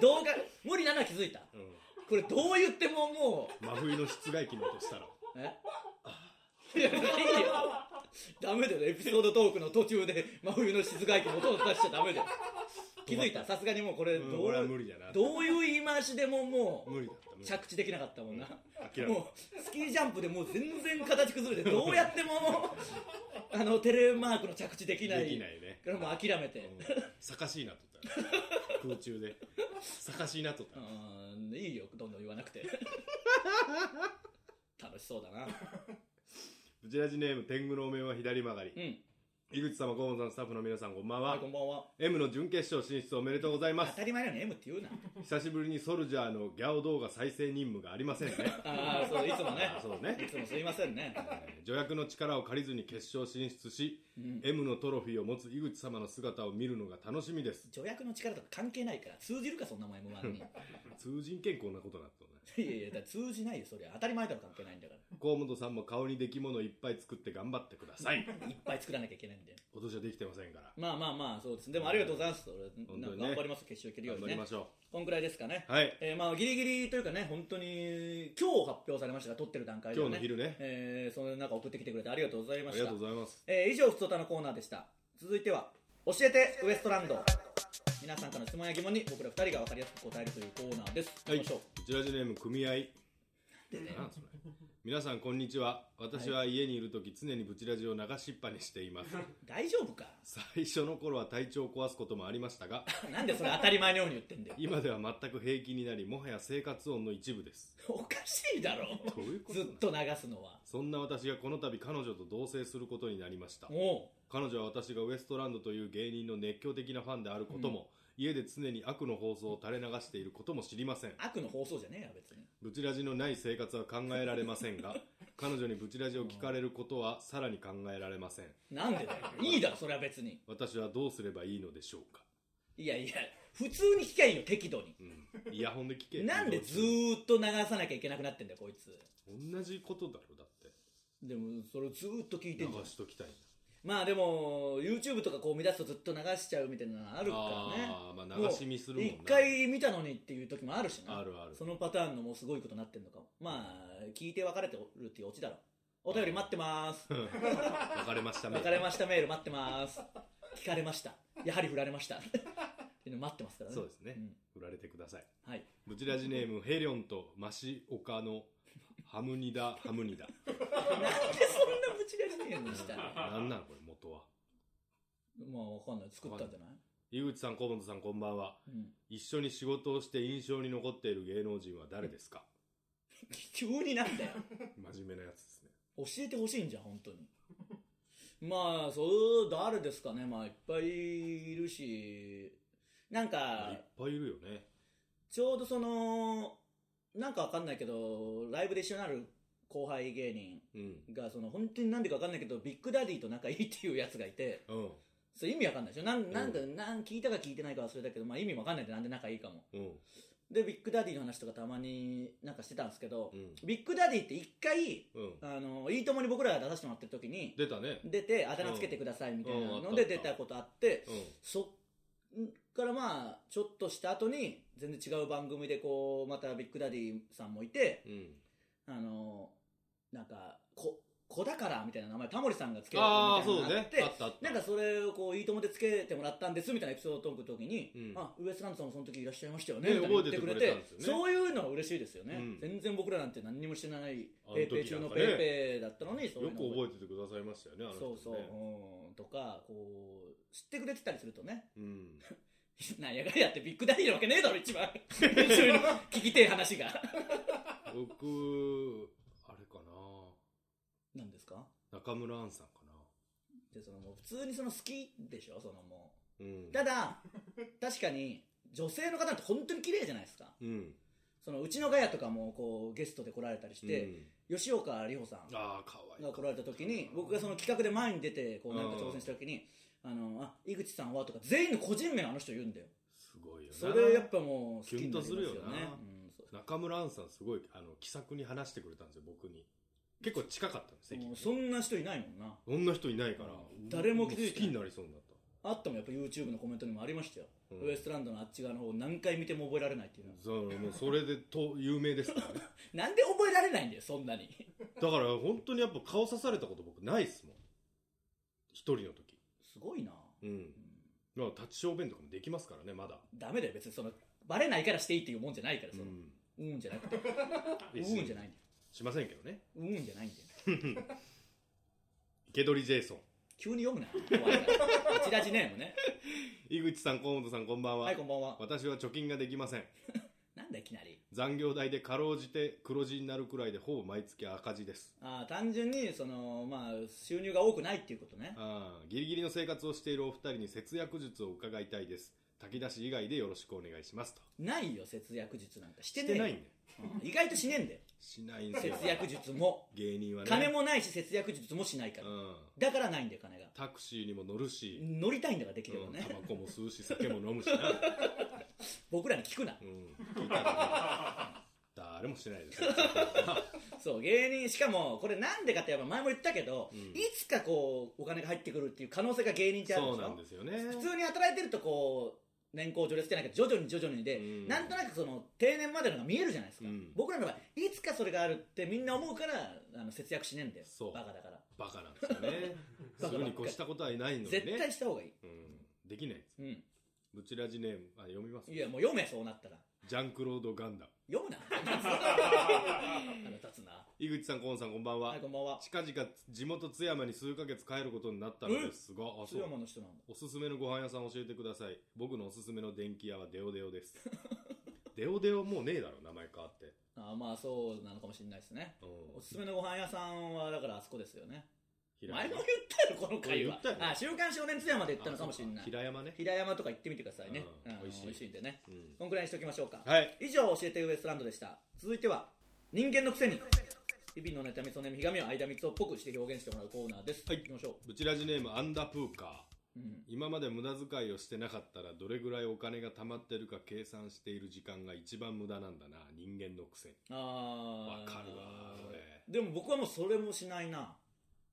[SPEAKER 2] 動画無理なのは気づいた
[SPEAKER 3] うん
[SPEAKER 2] これどう言ってもも
[SPEAKER 3] 真冬の室外機の音したら。
[SPEAKER 2] うえいやないよダメだよエピソードトークの途中で真冬の静外機の音を出しちゃダメだよ気づいたさすがにもうこれどう,、
[SPEAKER 3] うん俺は無理だな。
[SPEAKER 2] どういう言い回しでもも
[SPEAKER 3] 無理だった無
[SPEAKER 2] う
[SPEAKER 3] 理だっ
[SPEAKER 2] 着地できなかったもんな、
[SPEAKER 3] た諦めた
[SPEAKER 2] もうスキージャンプでもう全然形崩れてどうやっても あのテレマークの着地できない
[SPEAKER 3] できないね
[SPEAKER 2] からもう諦めて、
[SPEAKER 3] 逆しいなとった空中で逆しいなとった
[SPEAKER 2] うん、いいよどんどん言わなく て楽しそうだな
[SPEAKER 3] ブチラジネーム天狗のお面は左曲がり
[SPEAKER 2] うん
[SPEAKER 3] 井口様河本さんスタッフの皆さんこんばん
[SPEAKER 2] はい
[SPEAKER 3] は
[SPEAKER 2] こんばんは
[SPEAKER 3] M の準決勝進出おめでとうございま
[SPEAKER 2] 当
[SPEAKER 3] す
[SPEAKER 2] たり前なのに M って言うな
[SPEAKER 3] 久しぶりにソルジャーのギャオ動画再生任務がありませんね
[SPEAKER 2] あ あそういつもね
[SPEAKER 3] あそうね
[SPEAKER 2] いつもすいませんね、
[SPEAKER 3] えー助役の力を借りずに決勝進出し
[SPEAKER 2] うん
[SPEAKER 3] M のトロフィーを持つ井口様の姿を見るのが楽しみです
[SPEAKER 2] 助役の力とか関係ないから通じるかそんな前も前にい
[SPEAKER 3] 通人健康なことになったね
[SPEAKER 2] やいやだから通じないよそりゃ当たり前だ ろ関係ないんだか
[SPEAKER 3] 河本さんも顔に出来物いっぱい作って頑張ってください
[SPEAKER 2] らいっぱい作らなきゃいけないんで
[SPEAKER 3] 今年はできてませんから
[SPEAKER 2] まあまあまあそうですでもありがとうございます俺
[SPEAKER 3] 本当
[SPEAKER 2] なん
[SPEAKER 3] にね
[SPEAKER 2] か頑張ります決勝いけるよう
[SPEAKER 3] 頑
[SPEAKER 2] に
[SPEAKER 3] 張り
[SPEAKER 2] ね
[SPEAKER 3] ましょ
[SPEAKER 2] こんくらいですかね
[SPEAKER 3] うはい
[SPEAKER 2] えーまあギリギリというかね本当に今日発表されましたが撮ってる段階で
[SPEAKER 3] 今
[SPEAKER 2] は
[SPEAKER 3] 日
[SPEAKER 2] ね
[SPEAKER 3] の昼ね
[SPEAKER 2] えーその中送ってきてくれてありがとうござい
[SPEAKER 3] あ
[SPEAKER 2] ま
[SPEAKER 3] り
[SPEAKER 2] し
[SPEAKER 3] が
[SPEAKER 2] た
[SPEAKER 3] とうございます
[SPEAKER 2] えー以上ふつおたのコーナーでした続いては教えてウエストランド皆さんからの質問や疑問に僕ら二人が分かりやすく答えるというコーナーです、
[SPEAKER 3] はい
[SPEAKER 2] 行きましょ
[SPEAKER 3] こちらジネーム組合
[SPEAKER 2] うでね
[SPEAKER 3] なんそれ 皆さんこんにちは私は家にいる時常にブチラジを流しっぱにしています
[SPEAKER 2] 大丈夫か
[SPEAKER 3] 最初の頃は体調を壊すこともありましたが
[SPEAKER 2] なんでそれ当たり前のように言ってんだよ
[SPEAKER 3] 今では全く平気になりもはや生活音の一部です
[SPEAKER 2] おかしいだろ
[SPEAKER 3] どういうこと
[SPEAKER 2] ずっと流すのは
[SPEAKER 3] そんな私がこの度彼女と同棲することになりました
[SPEAKER 2] も
[SPEAKER 3] 彼女は私がウエストランドという芸人の熱狂的なファンであることも、家で常に悪の放送を垂れ流していることも知りません
[SPEAKER 2] う悪の放送じゃねえよ別に
[SPEAKER 3] ブチラジのない生活は考えられません が彼女にブチラジを聞かれることはさらに考えられません
[SPEAKER 2] なんでだよいいだろそれは別に
[SPEAKER 3] 私はどうすればいいのでしょうか、
[SPEAKER 2] いやいや普通に聞きゃいいよ適度に
[SPEAKER 3] うん、イヤホンで聞け
[SPEAKER 2] なんでずーっと流さなきゃいけなくなってんだよこいつ
[SPEAKER 3] 同じことだろだって
[SPEAKER 2] でもそれをずーっと聞いて
[SPEAKER 3] 流
[SPEAKER 2] んじゃん
[SPEAKER 3] しときたいんだ
[SPEAKER 2] まあでも YouTube とかこう見出すとずっと流しちゃうみたいなのあるからね
[SPEAKER 3] あーまあ流し見するもんな
[SPEAKER 2] 一回見たのにっていう時もあるしな
[SPEAKER 3] あるある
[SPEAKER 2] そのパターンのもうすごいことになってんのかもまあ聞いて別れてるっていうオチだろお便り待ってます
[SPEAKER 3] 別れましたね
[SPEAKER 2] 別れましたメール待ってます聞かれましたやはり振られましたっていうの待ってますからね
[SPEAKER 3] そうですね、
[SPEAKER 2] うん
[SPEAKER 3] 振られてください
[SPEAKER 2] はい
[SPEAKER 3] ブチラジネームヘリョンとマシオカのハムニダハムニダ
[SPEAKER 2] なんでそんなブチラジネームにした のまあ
[SPEAKER 3] なんなんこれ元は
[SPEAKER 2] わかんない作ったんじゃない
[SPEAKER 3] 井口さん河本さんこんばんは
[SPEAKER 2] うん
[SPEAKER 3] 一緒に仕事をして印象に残っている芸能人は誰で すか
[SPEAKER 2] 急になんだよ
[SPEAKER 3] 真面目なやつですね
[SPEAKER 2] 教えてほしいんじゃん本当にまあそう誰ですかねまあいっぱいいるしなん
[SPEAKER 3] まあい
[SPEAKER 2] か
[SPEAKER 3] っぱいいるよね
[SPEAKER 2] ちょうどそのなんかわかんないけどライブで一緒になる後輩芸人
[SPEAKER 3] うん
[SPEAKER 2] がその本当になんでかわかんないけどビッグダディと仲いいっていうやつがいて
[SPEAKER 3] うん
[SPEAKER 2] それ意味わかんないでしょなんなんか、なん聞いたか聞いてないか忘れたけど、まあ、意味わかんないでなんで仲いいかも
[SPEAKER 3] うん
[SPEAKER 2] でビッグダディの話とかたまになんかしてたんですけど、
[SPEAKER 3] うん
[SPEAKER 2] ビッグダディって一回
[SPEAKER 3] うん
[SPEAKER 2] あの「いいとも!」に僕らが出させてもらってる時に
[SPEAKER 3] 出たね
[SPEAKER 2] 出てあだ名つけてくださいみたいな
[SPEAKER 3] うんうんあ
[SPEAKER 2] の
[SPEAKER 3] ったあ
[SPEAKER 2] で
[SPEAKER 3] った
[SPEAKER 2] 出たことあって、
[SPEAKER 3] うん
[SPEAKER 2] そっからまあちょっとした後に全然違う番組でこうまたビッグダディさんもいて
[SPEAKER 3] うん
[SPEAKER 2] あのなんかこ子だからみたいな名前タモリさんがつけるみ
[SPEAKER 3] あ
[SPEAKER 2] た
[SPEAKER 3] あ、
[SPEAKER 2] いな
[SPEAKER 3] そう
[SPEAKER 2] のがあっ
[SPEAKER 3] ね
[SPEAKER 2] て。
[SPEAKER 3] あったあった。
[SPEAKER 2] なんかそれをこういいともでつけてもらったんですみたいなエピソードをトークの時に、
[SPEAKER 3] うん
[SPEAKER 2] あウエストランドさんもその時いらっしゃいましたよね
[SPEAKER 3] ね
[SPEAKER 2] みたいな言ってくれて
[SPEAKER 3] 覚えててくれたんですよね
[SPEAKER 2] そういうのは嬉しいですよね、
[SPEAKER 3] うん
[SPEAKER 2] 全然僕らなんて何にもしてない
[SPEAKER 3] あの
[SPEAKER 2] ペイ
[SPEAKER 3] 時
[SPEAKER 2] ペイ中
[SPEAKER 3] な
[SPEAKER 2] の
[SPEAKER 3] んか
[SPEAKER 2] ペ
[SPEAKER 3] ね
[SPEAKER 2] イペイだったのにそうい
[SPEAKER 3] よ
[SPEAKER 2] う
[SPEAKER 3] く
[SPEAKER 2] のを
[SPEAKER 3] 覚えててくださいましたよね、あの人
[SPEAKER 2] そ
[SPEAKER 3] ね
[SPEAKER 2] うそう、うん、とかこう知ってくれてたりするとね
[SPEAKER 3] うん。
[SPEAKER 2] なんやがやってビッグダディなわけねえだろ一番一緒に聞きてえ話が
[SPEAKER 3] 僕、あれかな
[SPEAKER 2] なんですか
[SPEAKER 3] 中村杏さんか
[SPEAKER 2] でそのもう普通にその好きでしょそのも
[SPEAKER 3] なうん
[SPEAKER 2] う。ただ確かに女性の方って本当に綺麗じゃないですか
[SPEAKER 3] うん。
[SPEAKER 2] そのうちのガヤとかもこうゲストで来られたりして、吉岡里帆さん
[SPEAKER 3] うん、ああ、かわいい。
[SPEAKER 2] が来られた時に僕がその企画で前に出てこうなんか挑戦した時に「あのあ井口さんは?」とか全員の個人名のあの人言うんだよ
[SPEAKER 3] すごいよな。
[SPEAKER 2] それやっぱもう好きになりますよね
[SPEAKER 3] キュンとするよな
[SPEAKER 2] うんそう
[SPEAKER 3] 中村杏さんすごい、あの、気さくに話してくれたんですよ、僕に。結構近かったんです、席
[SPEAKER 2] もうそんな人いないもんな
[SPEAKER 3] そんな人いないから、
[SPEAKER 2] 誰も気づいてないう
[SPEAKER 3] 好きになりそうになっ
[SPEAKER 2] あったもやっぱ YouTube のコメントにもありましたよ、
[SPEAKER 3] うん
[SPEAKER 2] ウエストランドのあっち側の方何回見ても覚えられないっていうのは
[SPEAKER 3] た。そう、もうそれでと、有名ですからね。
[SPEAKER 2] なんで覚えられないんだよそんなに
[SPEAKER 3] だから本当にやっぱ顔刺されたこと僕ないっすもん。一人の時。
[SPEAKER 2] すごいな、
[SPEAKER 3] うん
[SPEAKER 2] う。ん
[SPEAKER 3] まあ立ち小便とかもできますからね、まだ。
[SPEAKER 2] ダメだよ別にそのバレないからしていいっていうもんじゃないから
[SPEAKER 3] う。
[SPEAKER 2] そのうんん、じゃなくてう
[SPEAKER 3] 別に
[SPEAKER 2] んじゃないんだよ
[SPEAKER 3] しませんけどね。
[SPEAKER 2] うんじゃないんだよ
[SPEAKER 3] 池鳥ジェイソン。
[SPEAKER 2] 急に読むな怖いからうちらじネームね
[SPEAKER 3] 井口さん、河本さん、こんばんは。
[SPEAKER 2] はいこんばんは
[SPEAKER 3] 私は貯金ができません。
[SPEAKER 2] なんだいきなり
[SPEAKER 3] 残業代でかろうじて黒字になるくらいでほぼ毎月赤字です。
[SPEAKER 2] あー単純にそのまあ収入が多くないっていうことね
[SPEAKER 3] あーギリギリの生活をしているお二人に節約術を伺いたいです。炊き出し以外でよろしくお願いしますと。
[SPEAKER 2] ないよ節約術なんかして
[SPEAKER 3] し
[SPEAKER 2] ねえ
[SPEAKER 3] て
[SPEAKER 2] よ
[SPEAKER 3] ないんだよ。
[SPEAKER 2] うん意外としねえんだ よ
[SPEAKER 3] しないんです
[SPEAKER 2] 節
[SPEAKER 3] よ。
[SPEAKER 2] 約術も
[SPEAKER 3] 芸人はね。
[SPEAKER 2] 金もないし節約術もしないから
[SPEAKER 3] うん。
[SPEAKER 2] だからないんだよ金が
[SPEAKER 3] タクシーにも乗るし。
[SPEAKER 2] 乗りたいんだからできれば
[SPEAKER 3] うんタ
[SPEAKER 2] ね
[SPEAKER 3] バコも吸うし酒も飲むしな、
[SPEAKER 2] 僕らに聞くな
[SPEAKER 3] うん、聞いたらね誰もしてないですよ
[SPEAKER 2] そう芸人しかもこれなんでかってやっぱ前も言ったけど
[SPEAKER 3] うん
[SPEAKER 2] いつかこうお金が入ってくるっていう可能性が芸人ってあるでしょ
[SPEAKER 3] そうなんですよね
[SPEAKER 2] 普通に働いてるとこう年功序列じゃないけど徐々に徐々にで、
[SPEAKER 3] うん
[SPEAKER 2] なんとなくその定年までのが見えるじゃないですか、
[SPEAKER 3] うん
[SPEAKER 2] 僕らの場合いつかそれがあるってみんな思うからあの節約しねえんだよ
[SPEAKER 3] そう
[SPEAKER 2] バカだから
[SPEAKER 3] バカなんですよね するに越したことはいないので
[SPEAKER 2] 絶
[SPEAKER 3] ね
[SPEAKER 2] 対、した方がいい、
[SPEAKER 3] うん、できないです
[SPEAKER 2] うん、
[SPEAKER 3] ブチラジネームあ読みます
[SPEAKER 2] いやもう読めそうなったら
[SPEAKER 3] ジャンクロード・ガンダム
[SPEAKER 2] 読む なあの立つな
[SPEAKER 3] 井口さん河野さんこんばんは、
[SPEAKER 2] はいこんばんは
[SPEAKER 3] 近々地元津山に数ヶ月帰ることになったのですが、あ
[SPEAKER 2] 津
[SPEAKER 3] そう
[SPEAKER 2] 山の人なんだ
[SPEAKER 3] おすすめのご飯屋さん教えてください僕のおすすめの電気屋はデオデオです デオデオもうねえだろ名前変わって、
[SPEAKER 2] あまあそうなのかもしれないですね
[SPEAKER 3] うん、
[SPEAKER 2] おすすめのご飯屋さんはだからあそこですよね
[SPEAKER 3] 平
[SPEAKER 2] 前
[SPEAKER 3] 山
[SPEAKER 2] も言ったよこの回は
[SPEAKER 3] 俺言ったよ
[SPEAKER 2] あ週刊少年津山で言ったのかもしれな
[SPEAKER 3] あ
[SPEAKER 2] い
[SPEAKER 3] 平山ね
[SPEAKER 2] 平山とか行ってみてくださいね、
[SPEAKER 3] うん
[SPEAKER 2] あの
[SPEAKER 3] 美味しい
[SPEAKER 2] 美味しいんでね
[SPEAKER 3] うん
[SPEAKER 2] こんくらいにしておきましょうか、
[SPEAKER 3] はい
[SPEAKER 2] 以上教えてウエストランドでした続いては人間のくせに日々の妬みそねみひがみを間三つをっぽくして表現してもらうコーナーです
[SPEAKER 3] はい
[SPEAKER 2] 行きましょ
[SPEAKER 3] ブチラジネームアンダプーカー
[SPEAKER 2] う、うん、
[SPEAKER 3] 今まで無駄遣いをしてなかったらどれぐらいお金が貯まってるか計算している時間が一番無駄なんだな人間のくせに
[SPEAKER 2] あ
[SPEAKER 3] わ
[SPEAKER 2] ー
[SPEAKER 3] かるわこれ
[SPEAKER 2] でも僕はもうそれもしないな、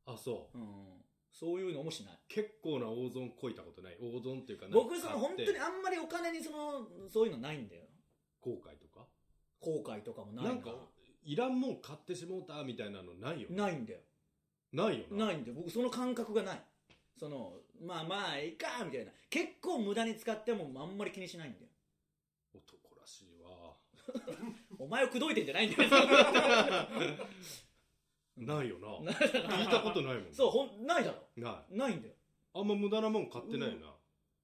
[SPEAKER 3] あそう
[SPEAKER 2] うん、そういうのもしない
[SPEAKER 3] 結構な大損こいたことない大損っていうかなんか
[SPEAKER 2] 僕その本当にあんまりお金にそのそういうのないんだよ
[SPEAKER 3] 後悔とか
[SPEAKER 2] 後悔とかもない
[SPEAKER 3] なんかいらんもん買ってしもうたみたいなのないよ
[SPEAKER 2] ないんだよ
[SPEAKER 3] ないよな
[SPEAKER 2] ないんで僕その感覚がないそのまあまあいいかみたいな結構無駄に使ってもあんまり気にしないんだよ
[SPEAKER 3] 男らしいわ
[SPEAKER 2] お前を口説いてんじゃないんだよ
[SPEAKER 3] ないよな聞いたことないもん
[SPEAKER 2] そうほんないだろ
[SPEAKER 3] な
[SPEAKER 2] ないんだよ、
[SPEAKER 3] いあんま無駄なもん買ってないよな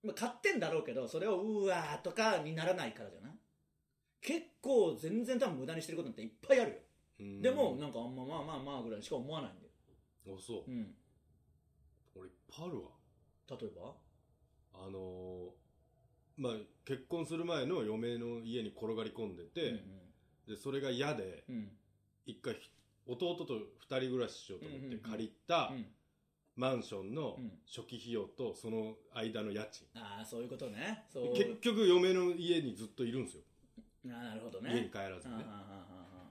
[SPEAKER 2] まあ、買ってんだろうけどそれをうわーとかにならないからじゃない結構全然多分無駄にしてることなんていっぱいあるよ
[SPEAKER 3] うん
[SPEAKER 2] でもなんかあんままあまあまあぐらいしか思わないんだよ
[SPEAKER 3] あそううん俺いっぱいあるわ
[SPEAKER 2] 例えば
[SPEAKER 3] あのーまあ、結婚する前の嫁の家に転がり込んでて、でそれが嫌で
[SPEAKER 2] うんうん
[SPEAKER 3] 一回ひ弟と二人暮らししようと思っ
[SPEAKER 2] うんうん
[SPEAKER 3] て
[SPEAKER 2] うん
[SPEAKER 3] 借りた
[SPEAKER 2] うん
[SPEAKER 3] マンションの
[SPEAKER 2] うん
[SPEAKER 3] 初期費用とその間の家賃、
[SPEAKER 2] ああそういうことねそう
[SPEAKER 3] 結局嫁の家にずっといるんですよ、
[SPEAKER 2] ああなるほど
[SPEAKER 3] 家に
[SPEAKER 2] ね
[SPEAKER 3] 帰らず
[SPEAKER 2] ああ
[SPEAKER 3] に
[SPEAKER 2] ああ
[SPEAKER 3] ね
[SPEAKER 2] ああ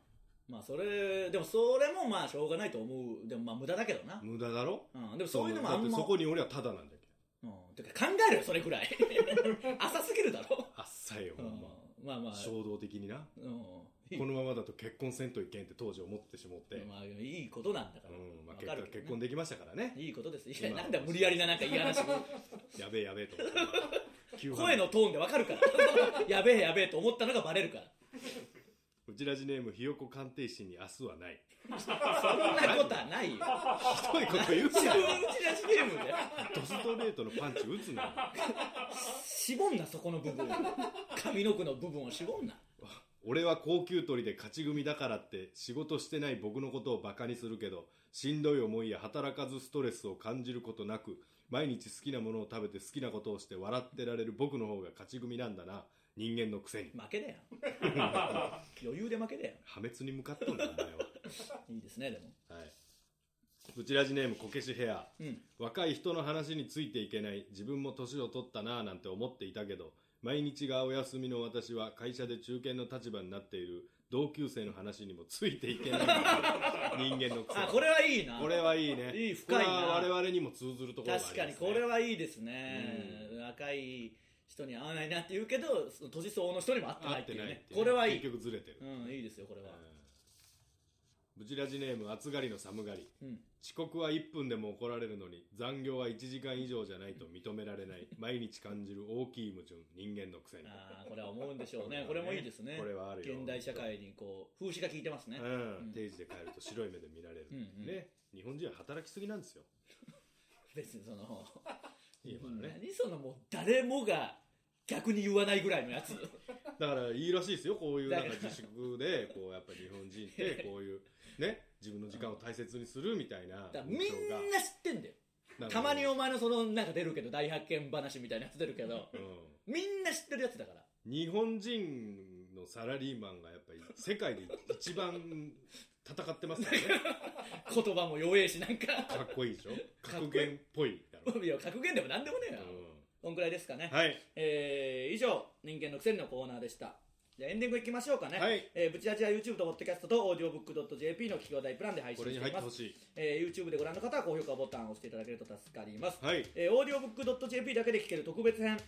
[SPEAKER 2] まあそれでもそれもまあしょうがないと思うでもまあ無駄だけどな、
[SPEAKER 3] 無駄だろ
[SPEAKER 2] うん、でもそういうのもあ
[SPEAKER 3] だっ
[SPEAKER 2] ん
[SPEAKER 3] て
[SPEAKER 2] ま
[SPEAKER 3] そこに俺はタダなんだけ
[SPEAKER 2] うん、てか考えろよそれぐ らい浅すぎるだろ、
[SPEAKER 3] どあっさいよ、
[SPEAKER 2] う
[SPEAKER 3] ほ
[SPEAKER 2] ん
[SPEAKER 3] んま、
[SPEAKER 2] まあまあ
[SPEAKER 3] 衝動的にな
[SPEAKER 2] うん
[SPEAKER 3] このままだと結婚せんといけんって当時思ってしもって、
[SPEAKER 2] まあいいことなんだから、
[SPEAKER 3] うんま
[SPEAKER 2] わ
[SPEAKER 3] あ結
[SPEAKER 2] かる
[SPEAKER 3] 果
[SPEAKER 2] けどね
[SPEAKER 3] 結婚できましたからね
[SPEAKER 2] いいことですいやなんだ無理やりななんか嫌 な話
[SPEAKER 3] やべえ やべえと思って急
[SPEAKER 2] 声
[SPEAKER 3] に
[SPEAKER 2] のトーンでわかるから やべえやべえと思ったのがバレるから
[SPEAKER 3] うちらじネームひよこ鑑定士に明日はない
[SPEAKER 2] そんなことはないよ
[SPEAKER 3] ひどいこと言う
[SPEAKER 2] 自
[SPEAKER 3] な
[SPEAKER 2] 分
[SPEAKER 3] よ
[SPEAKER 2] うちらしネームで
[SPEAKER 3] ドストレートのパンチ打つなよ
[SPEAKER 2] 絞んなそこの部分髪の毛の部分を絞んな
[SPEAKER 3] 俺は高級鳥で勝ち組だからって仕事してない僕のことをバカにするけどしんどい思いや働かずストレスを感じることなく毎日好きなものを食べて好きなことをして笑ってられる僕の方が勝ち組なんだな人間のくせに
[SPEAKER 2] 負 けだよ余裕で負けだよ
[SPEAKER 3] 破滅に向かっとんだお前は、
[SPEAKER 2] いいですねでも
[SPEAKER 3] はい、ブチラジネームこけしヘア
[SPEAKER 2] うん
[SPEAKER 3] 若い人の話についていけない自分も年を取ったなぁなんて思っていたけど毎日がお休みの私は会社で中堅の立場になっている同級生の話にもついていけない人間のくせに
[SPEAKER 2] あこれはいいな
[SPEAKER 3] これはいいね
[SPEAKER 2] いい深いな
[SPEAKER 3] これは我々にも通ずるところがあります、
[SPEAKER 2] 確
[SPEAKER 3] ね、
[SPEAKER 2] かにこれはいいですね、若い人に合わないなって言うけどその年相応の人にも合ってな
[SPEAKER 3] 合
[SPEAKER 2] いっ
[SPEAKER 3] ってて
[SPEAKER 2] いう
[SPEAKER 3] ない
[SPEAKER 2] ね
[SPEAKER 3] っていう
[SPEAKER 2] これはいい
[SPEAKER 3] 結局ずれてる、
[SPEAKER 2] うんいいですよこれは、
[SPEAKER 3] ブチラジネーム暑がりの寒がり
[SPEAKER 2] うん、
[SPEAKER 3] 遅刻は1分でも怒られるのに残業は1時間以上じゃないと認められない毎日感じる大きい矛盾人間のくせに
[SPEAKER 2] ああこれは思うんでしょ うねこれもいいですね
[SPEAKER 3] これはあるよ
[SPEAKER 2] 現代社会にこう風刺が効いてますね、
[SPEAKER 3] うん、定時で帰ると白い目で見られる、
[SPEAKER 2] うんうん
[SPEAKER 3] ね日本人は働きすぎなんですよ
[SPEAKER 2] 別にその
[SPEAKER 3] 今のね
[SPEAKER 2] 何そのもう誰もが逆に言わないぐらいの やつ
[SPEAKER 3] だからいいらしいですよこういう
[SPEAKER 2] だ
[SPEAKER 3] なん
[SPEAKER 2] から
[SPEAKER 3] か自粛でこうやっぱ日本人 ってこういうね自分の時間を大切にするみたいな
[SPEAKER 2] だからみん
[SPEAKER 3] 風潮が
[SPEAKER 2] な知ってんだよ
[SPEAKER 3] なんか
[SPEAKER 2] たまにお前のそのなんか出るけど大発見話みたいなやつ出るけど
[SPEAKER 3] う
[SPEAKER 2] みんな知ってるやつだから
[SPEAKER 3] ん、日本人のサラリーマンがやっぱり世界で一番戦ってますか らね
[SPEAKER 2] 言葉も弱えしなんか
[SPEAKER 3] かっこいいでしょ
[SPEAKER 2] かっこいい
[SPEAKER 3] 格言っぽいだ ろ、
[SPEAKER 2] いや格言でも何でもねえよ、
[SPEAKER 3] う
[SPEAKER 2] こんくらいですかね、
[SPEAKER 3] ん、はい
[SPEAKER 2] えー以上人間のくせにのコーナーでしたじゃあエンディングいきましょうかね、
[SPEAKER 3] はい
[SPEAKER 2] えーブチラジは YouTube と Podcast と audiobook.jp の聞き放題プランで配信
[SPEAKER 3] こ
[SPEAKER 2] し
[SPEAKER 3] れ
[SPEAKER 2] てい
[SPEAKER 3] に入って
[SPEAKER 2] ま
[SPEAKER 3] ほ
[SPEAKER 2] す、
[SPEAKER 3] しい
[SPEAKER 2] えー YouTube でご覧の方は高評価ボタンを押していただけると助かります、
[SPEAKER 3] はい
[SPEAKER 2] えー、audiobook.jp だけで聞ける特別編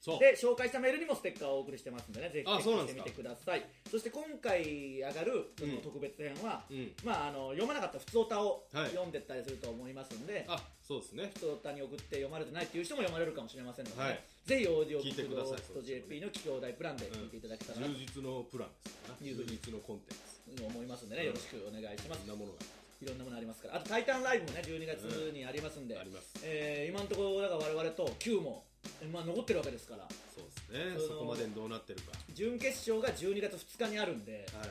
[SPEAKER 3] そう
[SPEAKER 2] で紹介したメールにもステッカーをお送りしてますんでねぜひチェ
[SPEAKER 3] あ
[SPEAKER 2] ック
[SPEAKER 3] そうなん
[SPEAKER 2] して
[SPEAKER 3] で
[SPEAKER 2] み
[SPEAKER 3] すか
[SPEAKER 2] てくださいそして今回上がるその
[SPEAKER 3] うん
[SPEAKER 2] 特別編は、
[SPEAKER 3] うん
[SPEAKER 2] まあ、あの読まなかった普通歌を
[SPEAKER 3] はい
[SPEAKER 2] 読んでったりすると思いますんで、
[SPEAKER 3] あそうですね
[SPEAKER 2] 普通歌に送って読まれてないっていう人も読まれるかもしれませんので、
[SPEAKER 3] はい
[SPEAKER 2] ぜひオーディオブ
[SPEAKER 3] 聞いて
[SPEAKER 2] ック
[SPEAKER 3] くださいそ
[SPEAKER 2] ド
[SPEAKER 3] っちもね
[SPEAKER 2] .jp の企業大プランで聞いていただけたらな
[SPEAKER 3] 充実のプランですから
[SPEAKER 2] 充
[SPEAKER 3] 充
[SPEAKER 2] 実
[SPEAKER 3] 実のコンテン
[SPEAKER 2] と
[SPEAKER 3] ツ
[SPEAKER 2] 思いますんでね、よろしくお願いします
[SPEAKER 3] そんなものが
[SPEAKER 2] いろんなものありますからあと「タイタンライブ」もね12月にありますんで、
[SPEAKER 3] あります
[SPEAKER 2] えー今のところだから我々と Q も、まあ、残ってるわけですから
[SPEAKER 3] そうですね
[SPEAKER 2] その
[SPEAKER 3] そこまでにどうなってるか
[SPEAKER 2] 準決勝が12月2日にあるんで、
[SPEAKER 3] はい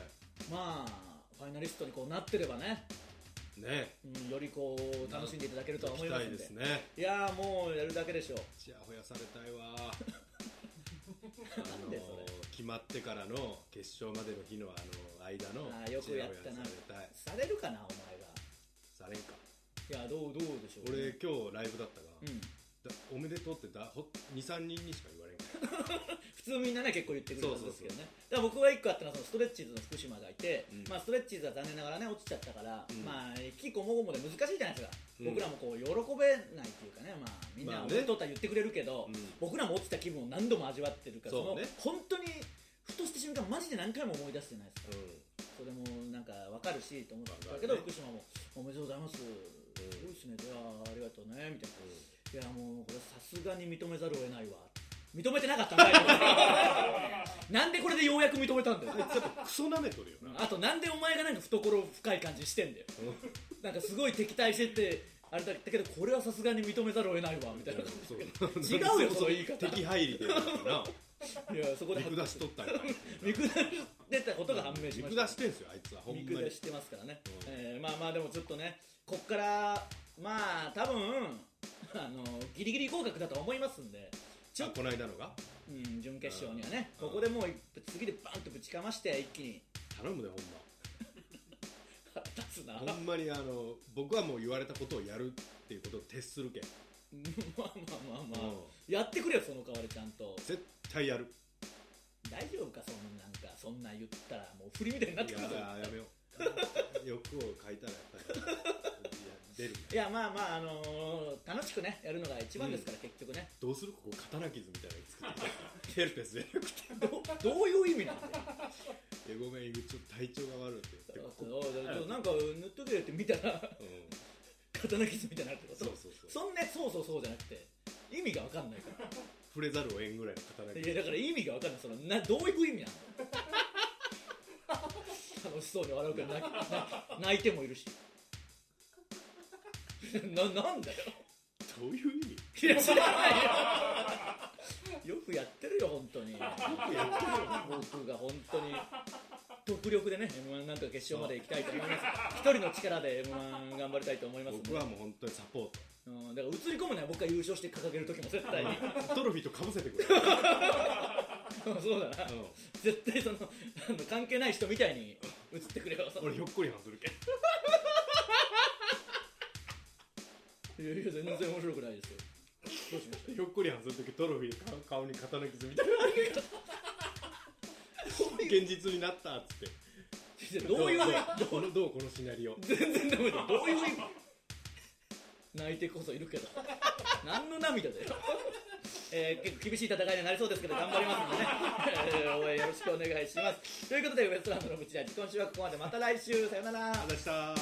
[SPEAKER 2] まあファイナリストにこうなってればね、
[SPEAKER 3] ね
[SPEAKER 2] うん、よりこう楽しんでいただけるとは思いますん
[SPEAKER 3] 行
[SPEAKER 2] で
[SPEAKER 3] きたいですね
[SPEAKER 2] いやーもうやるだけでしょう
[SPEAKER 3] ちやほやされたいわ
[SPEAKER 2] なんでそれ
[SPEAKER 3] あの決まってからの決勝までの日のあの間の
[SPEAKER 2] あーよくやったな
[SPEAKER 3] ちほやされたい
[SPEAKER 2] されるかなお
[SPEAKER 3] されんか
[SPEAKER 2] 前がいやどうどうでしょう、
[SPEAKER 3] 俺今日ライブだったが、
[SPEAKER 2] うん、
[SPEAKER 3] だおめでとうってだほ23人にしか言われんか
[SPEAKER 2] 普通みんなね結構言ってくれるん
[SPEAKER 3] そう
[SPEAKER 2] で
[SPEAKER 3] そ
[SPEAKER 2] す
[SPEAKER 3] う
[SPEAKER 2] け
[SPEAKER 3] そ
[SPEAKER 2] ど
[SPEAKER 3] う
[SPEAKER 2] ねだから僕が一個あったのはそのストレッチーズの福島がいて、
[SPEAKER 3] うん
[SPEAKER 2] まあ、ストレッチーズは残念ながらね落ちちゃったから、
[SPEAKER 3] うん
[SPEAKER 2] まあきこもごもで難しいじゃないですか、
[SPEAKER 3] うん
[SPEAKER 2] 僕らもこう喜べないというかね、まあ、みんな
[SPEAKER 3] まあ
[SPEAKER 2] お
[SPEAKER 3] ね
[SPEAKER 2] めでとうとは言ってくれるけど、
[SPEAKER 3] うん
[SPEAKER 2] 僕らも落ちた気分を何度も味わってるからそ
[SPEAKER 3] そうね
[SPEAKER 2] の本当にふとした瞬間マジで何回も思い出すじゃないですかそ
[SPEAKER 3] う
[SPEAKER 2] れもなんか分かるしと思ってたけ
[SPEAKER 3] わか
[SPEAKER 2] ど、
[SPEAKER 3] るね
[SPEAKER 2] 福島も「おめでとうございます」すごいっすね」いやありがとうね」みたいな。いやもうこれさすがに認めざるを得ないわ認めてなかったんだ よなんでこれでようやく認めたんだよ
[SPEAKER 3] ん、ちょっとクソなめとるよな、
[SPEAKER 2] あとなんでお前がなんか懐深い感じしてんだよなんかすごい敵対しててあれだったけどこれはさすがに認めざるを得ないわみたいな
[SPEAKER 3] うん
[SPEAKER 2] 違うよその言い方
[SPEAKER 3] 敵入りでなんかな
[SPEAKER 2] いやそこで
[SPEAKER 3] 見下しとったりとか
[SPEAKER 2] 見下してたことが判明し
[SPEAKER 3] 見
[SPEAKER 2] ました
[SPEAKER 3] 下してんすよあいつはほんま
[SPEAKER 2] 見
[SPEAKER 3] に
[SPEAKER 2] 下してますからね
[SPEAKER 3] うん、
[SPEAKER 2] えーまあまあでもちょっとねこっからまあ多分あのギリギリ合格だと思いますんでちょ
[SPEAKER 3] あこの間のが
[SPEAKER 2] うん、準決勝にはね、
[SPEAKER 3] うん
[SPEAKER 2] ここでもう次でバンとぶちかまして一気に
[SPEAKER 3] 頼むでほんま
[SPEAKER 2] 腹立つな
[SPEAKER 3] ほ
[SPEAKER 2] まあ
[SPEAKER 3] んまにあの僕はもう言われたことをやるっていうことを徹するけん、
[SPEAKER 2] まあまあまあ、
[SPEAKER 3] うん
[SPEAKER 2] やってくれよその代わりちゃんと
[SPEAKER 3] 絶対やる
[SPEAKER 2] 大丈夫かそんなんかそんなん言ったらもう振りみたいになって
[SPEAKER 3] い
[SPEAKER 2] く
[SPEAKER 3] や
[SPEAKER 2] るぞ
[SPEAKER 3] やめよ う欲を書いたらやっぱりいや出るね
[SPEAKER 2] いやまあまああのー楽しくねやるのが一番ですから、結局ね
[SPEAKER 3] どうするここ刀傷みたいなの作ってきたヘルペスじゃなくて
[SPEAKER 2] どどういう意味なんだ よ
[SPEAKER 3] えごめんちょっと体調が悪いって言って
[SPEAKER 2] おいおいおいなんか塗っとけよって見たら
[SPEAKER 3] うん
[SPEAKER 2] 刀傷みたいになってる
[SPEAKER 3] そうそうそう
[SPEAKER 2] そんなそうそうそうじゃなくて意味が分かんないから
[SPEAKER 3] 触れざるを得んぐらいの刀
[SPEAKER 2] い
[SPEAKER 3] 傷
[SPEAKER 2] やだから意味が分かんないそのなどういう意味なの 楽しそうに笑うけど泣き泣泣いてもいるし ななんだよ
[SPEAKER 3] どういう意味
[SPEAKER 2] いや知らないよよくやってるよ本当に僕が本当に独力でね m 1なんとか決勝まで行きたいと思います一人の力で m 1頑張りたいと思いますんで
[SPEAKER 3] 僕はもう本当にサポート
[SPEAKER 2] うん、だから映り込むね僕が優勝して掲げる時も絶 対に
[SPEAKER 3] トロフィーとかぶせてくれ、
[SPEAKER 2] そうだな
[SPEAKER 3] う
[SPEAKER 2] 絶対そのあの関係ない人みたいに映ってくれよそ
[SPEAKER 3] ん、俺ひょっこりはんするけん
[SPEAKER 2] いやいや全然面白くないですよどうしまし
[SPEAKER 3] ひょっこりはんするときトロフィーか顔に刀傷みたいな現実になったっつって
[SPEAKER 2] たどういう意味
[SPEAKER 3] どうこのどうこのシナリオ
[SPEAKER 2] 全然ダメだよどういう意味泣いてこそいるけど何の涙だよえー、結構厳しい戦いになりそうですけど頑張りますんでね、えー応援よろしくお願いしますということでウエストランドのブチラジ今週はここまでまた来週さよなら
[SPEAKER 3] 話した